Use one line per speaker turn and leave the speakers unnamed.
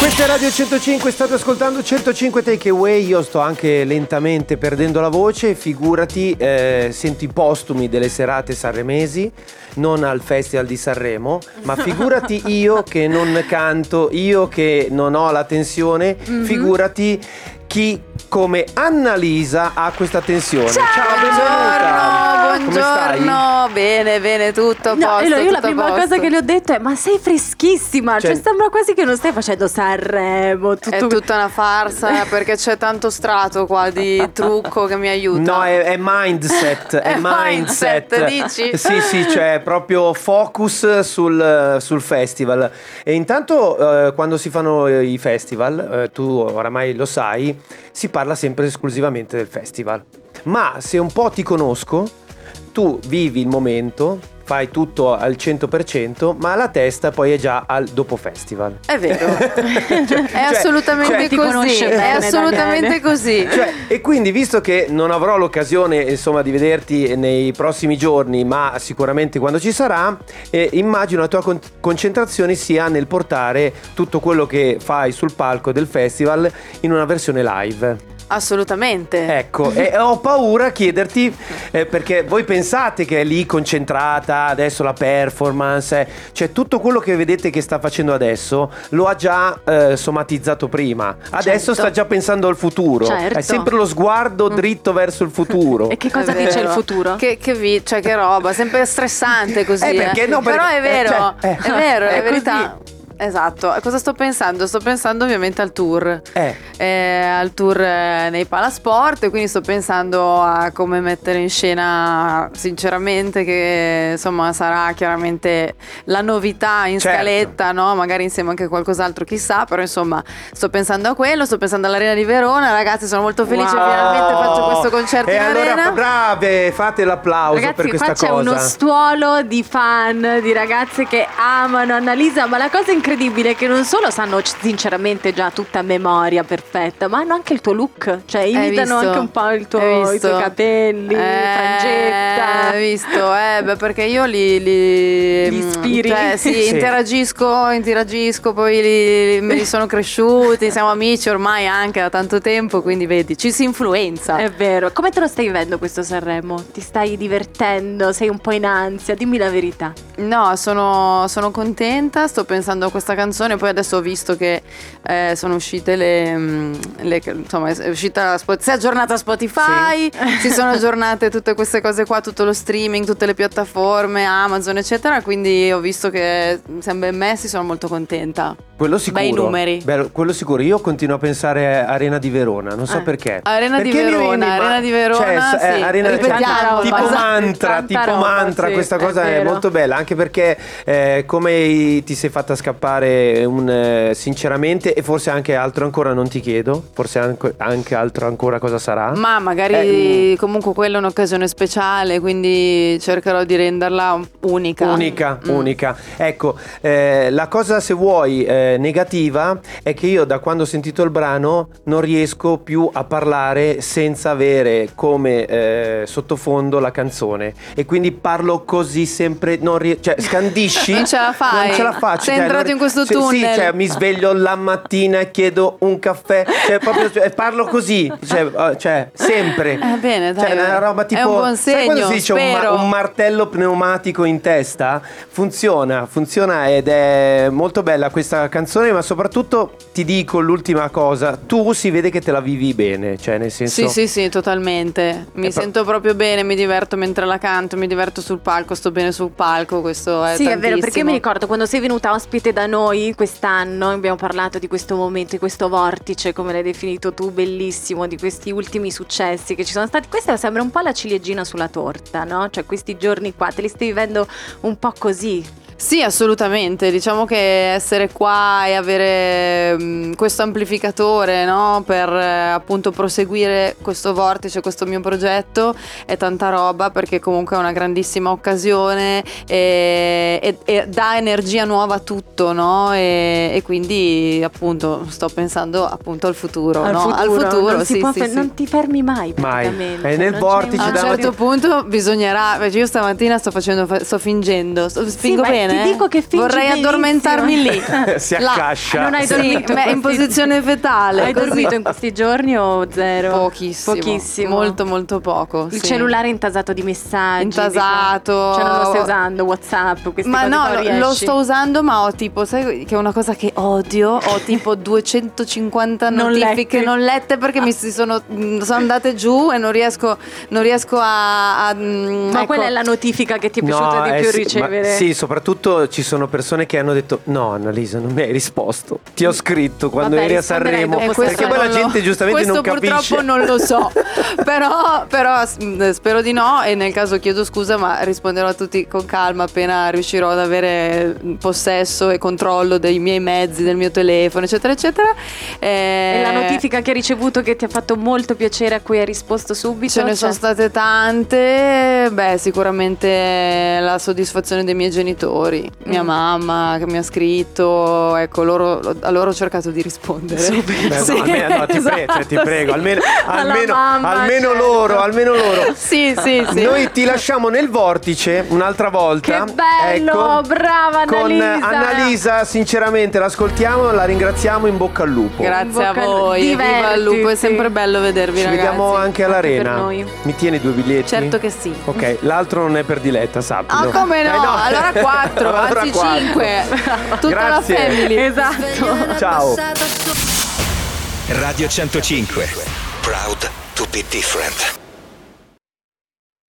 Siete a Radio 105, state ascoltando 105 Takeaway, io sto anche lentamente perdendo la voce, figurati, eh, sento i postumi delle serate sanremesi, non al Festival di Sanremo, ma figurati io che non canto, io che non ho la tensione, figurati chi come Annalisa ha questa tensione. Ciao, benvenuta!
buongiorno,
Come stai?
buongiorno. Bene, bene, tutto a
No,
posto.
Elo, io
tutto
la
a
prima
posto.
cosa che le ho detto è: Ma sei freschissima! Cioè,
Cioè-
sembra quasi che non stai facendo Sanremo. Tutto...
È tutta una farsa eh, perché c'è tanto strato qua di trucco che mi aiuta.
No, è, è mindset, è
È mindset,
mindset.
dici?
Sì, sì, cioè proprio focus sul, sul festival. E intanto eh, quando si fanno eh, i festival, eh, tu oramai lo sai, si parla sempre esclusivamente del festival. Ma se un po' ti conosco, tu vivi il momento, fai tutto al 100%, ma la testa poi è già al dopo festival.
È vero.
Cioè-
è
cioè-
assolutamente
cioè- Ti
così.
conosce
È
bene,
assolutamente
Daniele.
così.
Cioè, e quindi visto che non avrò l'occasione insomma di vederti nei prossimi giorni ma sicuramente quando ci sarà eh, immagino la tua con- concentrazione sia nel portare tutto quello che fai sul palco del festival in una versione live
assolutamente.
ecco e ho paura a chiederti eh, perché voi pensate che è lì concentrata adesso la performance eh, cioè tutto quello che vedete che sta facendo adesso lo ha già eh, somatizzato prima adesso
Certo.
sta già pensando al futuro
Certo. Mm.
è sempre lo sguardo dritto verso il futuro.
E che
È
cosa dice il
vero.
futuro?
Che, che vi- cioè, che roba, sempre stressante così.
Eh, perché no,
Però
perché-
è vero,
eh, cioè, eh,
è vero,
è
è,
così.
verità. Esatto, E cosa sto pensando? Sto pensando ovviamente al tour.
Eh,
eh, al tour eh, nei Palasport, quindi sto pensando a come mettere in scena sinceramente che insomma sarà chiaramente la novità in
Certo.
scaletta, no? magari insieme anche a qualcos'altro chissà, però insomma sto pensando a quello, sto pensando all'Arena di Verona, ragazzi sono molto felice,
wow.
finalmente faccio questo concerto
E
in
allora,
arena.
brave, fate l'applauso per
Ragazzi,
questa
qua c'è
cosa.
uno stuolo di fan, di ragazze che amano Annalisa, ma la cosa incredibile è che non solo sanno c- sinceramente già tutta a memoria perfetta, ma hanno anche il tuo look, cioè imitano
visto?
anche un po' il tuo-
Hai
i
visto?
tuoi capelli,
Eh,
frangetta.
Hai visto? Eh, beh, perché io li, li-
Li ispiri?
Cioè, sì,
Sì.
interagisco, interagisco, poi li, me li sono cresciuti, siamo amici ormai anche da tanto tempo, quindi vedi, ci si influenza.
È vero, come te lo stai vivendo questo Sanremo? Ti stai divertendo? Sei un po' in ansia? Dimmi la verità.
No, sono, sono contenta, sto pensando a questa canzone, poi adesso ho visto che eh, sono uscite le, mm, le- insomma è uscita, Spo- si è aggiornata Spotify, si sono aggiornate tutte queste cose qua, tutto lo streaming, tutte le piattaforme, Amazon eccetera, quindi ho visto che mm, siamo ben messi, sono molto contenta.
Quello sicuro.
Bei numeri.
Bello, quello sicuro. Io continuo a pensare a Arena di Verona, non so
Eh.
perché.
Ah. Arena di
Perché mi-
Verona,
mi-
Arena di Verona,
Cioè, s- eh,
sì.
Arena- cioè,
Ripetiamo,
tipo
esatto,
mantra,
tanta
tipo
roba,
mantra,
sì,
questa
è
cosa è,
vero.
molto bella, anche perché eh, come i- ti sei fatta scappare un eh, sinceramente e forse anche altro ancora non ti chiedo, forse anche, anche altro ancora cosa sarà.
Ma magari
Eh,
comunque quella è un'occasione speciale, quindi cercherò di renderla un- unica.
Unica,
Mm.
unica. Ecco, eh, la cosa se vuoi eh, negativa è che io da quando ho sentito il brano non riesco più a parlare senza avere come eh, sottofondo la canzone e quindi parlo così sempre, non rie- cioè scandisci.
Non ce la fai.
Non ce la faccio.
Sei
cioè,
entrato
non-
in questo
cioè,
tunnel.
Sì, cioè mi sveglio la mattina e chiedo un caffè, cioè proprio cioè, parlo così, cioè, eh, cioè, sempre.
Eh, bene, dai,
Cioè, è una roba
è
tipo
un buon
sai quando
segno,
si dice un,
spero.
un martello pneumatico in testa funziona, funziona ed è molto bella questa canzone, ma soprattutto ti dico l'ultima cosa, tu si vede che te la vivi bene, cioè nel senso
Sì, sì, sì, totalmente. Mi
È pro-
sento proprio bene, mi diverto mentre la canto, mi diverto sul palco, sto bene sul palco, questo è
sì, è vero, perché
Eh, tantissimo.
mi ricordo quando sei venuta ospite da noi quest'anno, abbiamo parlato di questo momento, di questo vortice, come l'hai definito tu, bellissimo, di questi ultimi successi che ci sono stati. Questa sembra un po' la ciliegina sulla torta, no? Cioè questi giorni qua, te li stai vivendo un po' così.
Sì, assolutamente. Diciamo che essere qua e avere mh, questo amplificatore no, per eh, appunto proseguire questo vortice, questo mio progetto è tanta roba perché comunque è una grandissima occasione e, e- e dà energia nuova a tutto, no? E, e quindi appunto sto pensando appunto al futuro, no? al futuro,
non, si
sì,
può
sì,
fe-
sì.
non ti fermi mai.
Mai.
praticamente,
È nel
non c'è
vortice
A
mai
un
dà-
un
cioè certo punto bisognerà, perché io stamattina sto facendo, fa- sto fingendo, sto,
Sì,
fingo
ma
bene, bene.
Ti dico che fingi
Vorrei
benissimo.
addormentarmi lì.
Si
Là.
accascia.
non hai
Sì,
dormito
ma
in
in
questi-
posizione fetale.
Hai
così.
dormito in questi giorni o zero?
Pochissimo,
Pochissimo.
Molto, molto poco.
Il
sì.
cellulare intasato di messaggi.
Intasato.
di- Cioè non lo stai usando WhatsApp, queste
Ma
cose
no,
qua,
lo-
riesci?
lo sto usando, ma ho tipo, sai che è una cosa che odio? Ho tipo 250
Non
notifiche
letti.
non lette perché mi si sono, mh, sono andate giù e non riesco, non riesco a. a, mh,
Ma
ecco.
quella è la notifica che ti è piaciuta
No,
di
eh
più
sì, ma-
ricevere.
sì, soprattutto ci sono persone che hanno detto: No, Annalisa, non mi hai risposto. Ti ho scritto quando
Vabbè,
eri a
risponderai
Sanremo.
dopo
E
questo
Perché poi
Eh, non
la
lo-
gente giustamente
questo
non capisce.
purtroppo non lo so. però però s- mh, spero di no. E nel caso chiedo scusa, ma risponderò a tutti con calma appena riuscirò ad avere mm, possesso e controllo dei miei mezzi, del mio telefono, eccetera, eccetera. Eh,
E la notifica che hai ricevuto che ti ha fatto molto piacere, a cui hai risposto subito?
Ce ne sono
Cioè,
state tante, beh sicuramente la soddisfazione dei miei genitori, mia
Mm.
mamma che mi ha scritto, ecco loro, a loro ho cercato di rispondere.
Beh, no,
Sì,
almeno- no, ti, prego, cioè, ti
esatto,
prego,
sì.
almeno,
Alla
almeno-
mamma,
almeno
certo.
loro, almeno loro.
Sì, sì, sì.
Noi ti lasciamo nel vortice un'altra volta.
Che bello,
ecco,
brava
Con
Annalisa.
Annalisa, sinceramente, l'ascoltiamo, la ringraziamo, in bocca al lupo.
In
Grazie
bocca
a
al-
voi, viva il
Divertiti.
lupo, è sempre bello vedervi
Ci
ragazzi.
vediamo anche
per
all'arena.
noi.
Mi tieni due biglietti?
Certo che sì.
Ok, l'altro non è per diletta, sappi.
Ah, come no?
Eh,
Allora 4,
Allora
anzi
quattro.
5. Tutta
Grazie.
la family.
Esatto.
Ciao.
Radio 105. Proud to be different.